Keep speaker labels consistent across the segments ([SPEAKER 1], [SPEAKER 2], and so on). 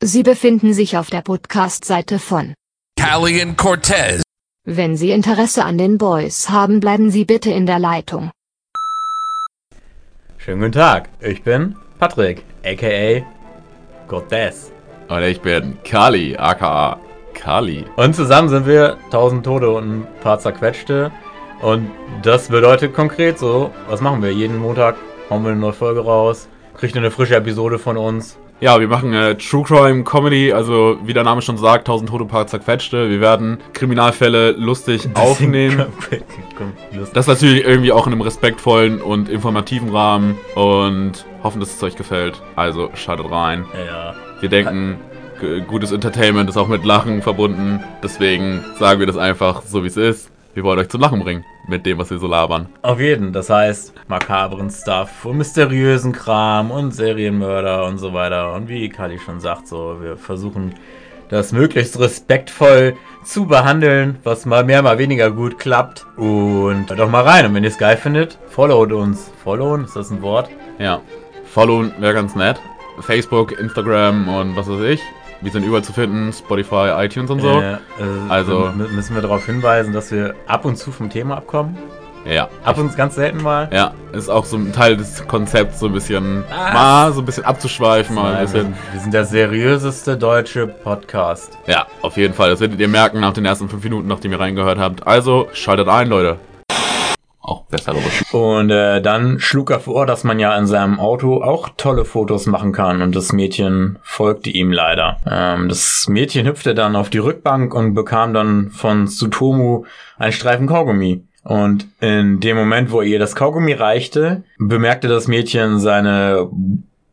[SPEAKER 1] Sie befinden sich auf der Podcast-Seite von
[SPEAKER 2] Callie and Cortez.
[SPEAKER 1] Wenn Sie Interesse an den Boys haben, bleiben Sie bitte in der Leitung.
[SPEAKER 3] Schönen guten Tag, ich bin Patrick, aka Cortez.
[SPEAKER 4] Und ich bin Kali, aka Kali.
[SPEAKER 3] Und zusammen sind wir 1000 Tote und ein paar zerquetschte. Und das bedeutet konkret so, was machen wir? Jeden Montag hauen wir eine neue Folge raus, kriegt ihr eine frische Episode von uns.
[SPEAKER 4] Ja, wir machen äh, True Crime Comedy, also wie der Name schon sagt, 1000 Tote, paar zerquetschte. Wir werden Kriminalfälle lustig aufnehmen. Das natürlich irgendwie auch in einem respektvollen und informativen Rahmen und hoffen, dass es euch gefällt. Also schaltet rein.
[SPEAKER 3] ja.
[SPEAKER 4] Wir denken, g- gutes Entertainment ist auch mit Lachen verbunden. Deswegen sagen wir das einfach so, wie es ist. Wir wollen euch zum Lachen bringen mit dem, was wir so labern.
[SPEAKER 3] Auf jeden, das heißt makabren Stuff und mysteriösen Kram und Serienmörder und so weiter. Und wie Kali schon sagt, so, wir versuchen das möglichst respektvoll zu behandeln, was mal mehr, mal weniger gut klappt. Und hört doch mal rein. Und wenn ihr es geil findet, followt uns. Followen, ist das ein Wort?
[SPEAKER 4] Ja. Followen wäre ganz nett. Facebook, Instagram und was weiß ich. Wir sind überall zu finden, Spotify, iTunes und so.
[SPEAKER 3] Äh, äh,
[SPEAKER 4] Also-
[SPEAKER 3] also müssen wir darauf hinweisen, dass wir ab und zu vom Thema abkommen.
[SPEAKER 4] Ja.
[SPEAKER 3] Ab und ganz selten mal.
[SPEAKER 4] Ja, ist auch so ein Teil des Konzepts, so ein bisschen
[SPEAKER 3] Was?
[SPEAKER 4] mal so ein bisschen abzuschweifen, mal ein
[SPEAKER 3] Nein, wir,
[SPEAKER 4] bisschen.
[SPEAKER 3] sind, wir sind der seriöseste deutsche Podcast.
[SPEAKER 4] Ja, auf jeden Fall. Das werdet ihr merken nach den ersten fünf Minuten, nachdem ihr reingehört habt. Also, schaltet ein, Leute. Auch Westeros.
[SPEAKER 3] Und äh, dann schlug er vor, dass man ja in seinem Auto auch tolle Fotos machen kann und das Mädchen folgte ihm leider. Ähm, das Mädchen hüpfte dann auf die Rückbank und bekam dann von Tsutomu einen Streifen Kaugummi. Und in dem Moment, wo er ihr das Kaugummi reichte, bemerkte das Mädchen seine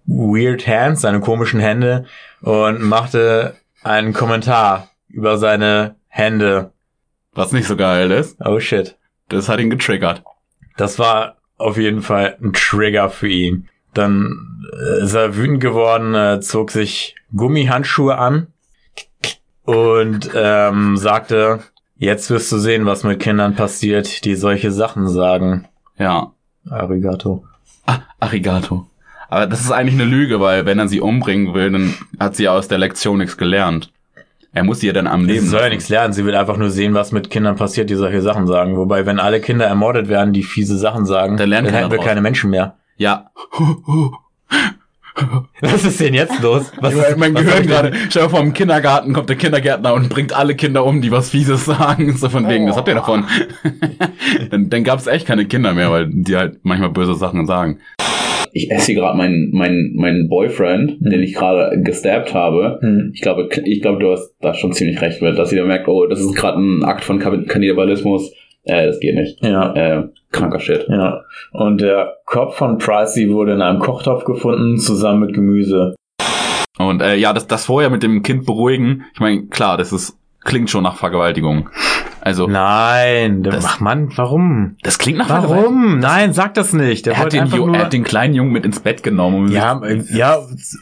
[SPEAKER 3] weird hands, seine komischen Hände und machte einen Kommentar über seine Hände.
[SPEAKER 4] Was nicht so geil ist,
[SPEAKER 3] Oh shit.
[SPEAKER 4] das hat ihn getriggert.
[SPEAKER 3] Das war auf jeden Fall ein Trigger für ihn. Dann äh, ist er wütend geworden, äh, zog sich Gummihandschuhe an und ähm, sagte, jetzt wirst du sehen, was mit Kindern passiert, die solche Sachen sagen.
[SPEAKER 5] Ja,
[SPEAKER 3] Arigato.
[SPEAKER 5] Arigato. Aber das ist eigentlich eine Lüge, weil wenn er sie umbringen will, dann hat sie ja aus der Lektion nichts gelernt. Er muss sie ja dann am
[SPEAKER 3] Sie
[SPEAKER 5] Leben.
[SPEAKER 3] soll ja nichts lernen, sie will einfach nur sehen, was mit Kindern passiert, die solche Sachen sagen. Wobei, wenn alle Kinder ermordet werden, die fiese Sachen sagen,
[SPEAKER 5] Dann lernt
[SPEAKER 3] dann
[SPEAKER 5] keiner
[SPEAKER 3] hätten wir
[SPEAKER 5] draus.
[SPEAKER 3] keine Menschen mehr.
[SPEAKER 5] Ja.
[SPEAKER 3] Was ist denn jetzt los? Was
[SPEAKER 5] Was mein
[SPEAKER 3] was hab
[SPEAKER 5] Gehirn
[SPEAKER 3] ich
[SPEAKER 5] gerade. Schau vom Kindergarten kommt der Kindergärtner und bringt alle Kinder um, die was Fieses sagen. So von wegen, das habt ihr davon. dann dann gab es echt keine Kinder mehr, weil die halt manchmal böse Sachen sagen. Ich esse hier gerade meinen meinen meinen Boyfriend,
[SPEAKER 3] den
[SPEAKER 5] ich gerade gestabbt habe.
[SPEAKER 3] denn-
[SPEAKER 5] Ich glaube, ich glaube, du hast da schon ziemlich recht mit, dass jeder merkt, oh, das ist gerade ein Akt von Kap- Kannibalismus. Äh, das geht nicht.
[SPEAKER 3] Ja,
[SPEAKER 5] Äh, kranker Shit.
[SPEAKER 3] Ja, und der Kopf von Pricey wurde in einem Kochtopf gefunden, zusammen mit Gemüse.
[SPEAKER 5] Und äh, ja, das, das vorher mit dem Kind beruhigen, ich meine, klar, das ist, klingt schon nach Vergewaltigung. Also,
[SPEAKER 3] Nein, der,
[SPEAKER 5] Das-
[SPEAKER 3] ach Mann, warum?
[SPEAKER 5] das klingt nach Vergewaltigung.
[SPEAKER 3] Warum? Nein, sag das nicht. Der
[SPEAKER 5] Er hat,
[SPEAKER 3] wollte
[SPEAKER 5] den
[SPEAKER 3] einfach
[SPEAKER 5] Ju-
[SPEAKER 3] nur...
[SPEAKER 5] er hat den kleinen Jungen mit ins Bett genommen. um
[SPEAKER 3] ja,
[SPEAKER 5] sich-
[SPEAKER 3] äh, ja,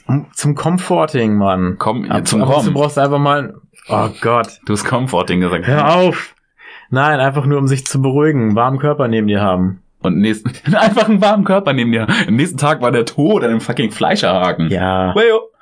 [SPEAKER 3] zum- zum Comforting, Mann.
[SPEAKER 5] komm,
[SPEAKER 3] Ab-
[SPEAKER 5] zum
[SPEAKER 3] ab- Du
[SPEAKER 5] Kommen.
[SPEAKER 3] brauchst einfach mal... Oh Gott,
[SPEAKER 5] Du hast Comforting gesagt.
[SPEAKER 3] hör auf. Nein, einfach nur, um sich zu beruhigen, warmen Körper neben dir haben.
[SPEAKER 5] Und nächsten, einfach einen warmen Körper neben dir. Am nächsten Tag war der tot an einem fucking Fleischerhaken.
[SPEAKER 3] Ja.
[SPEAKER 5] Wayo.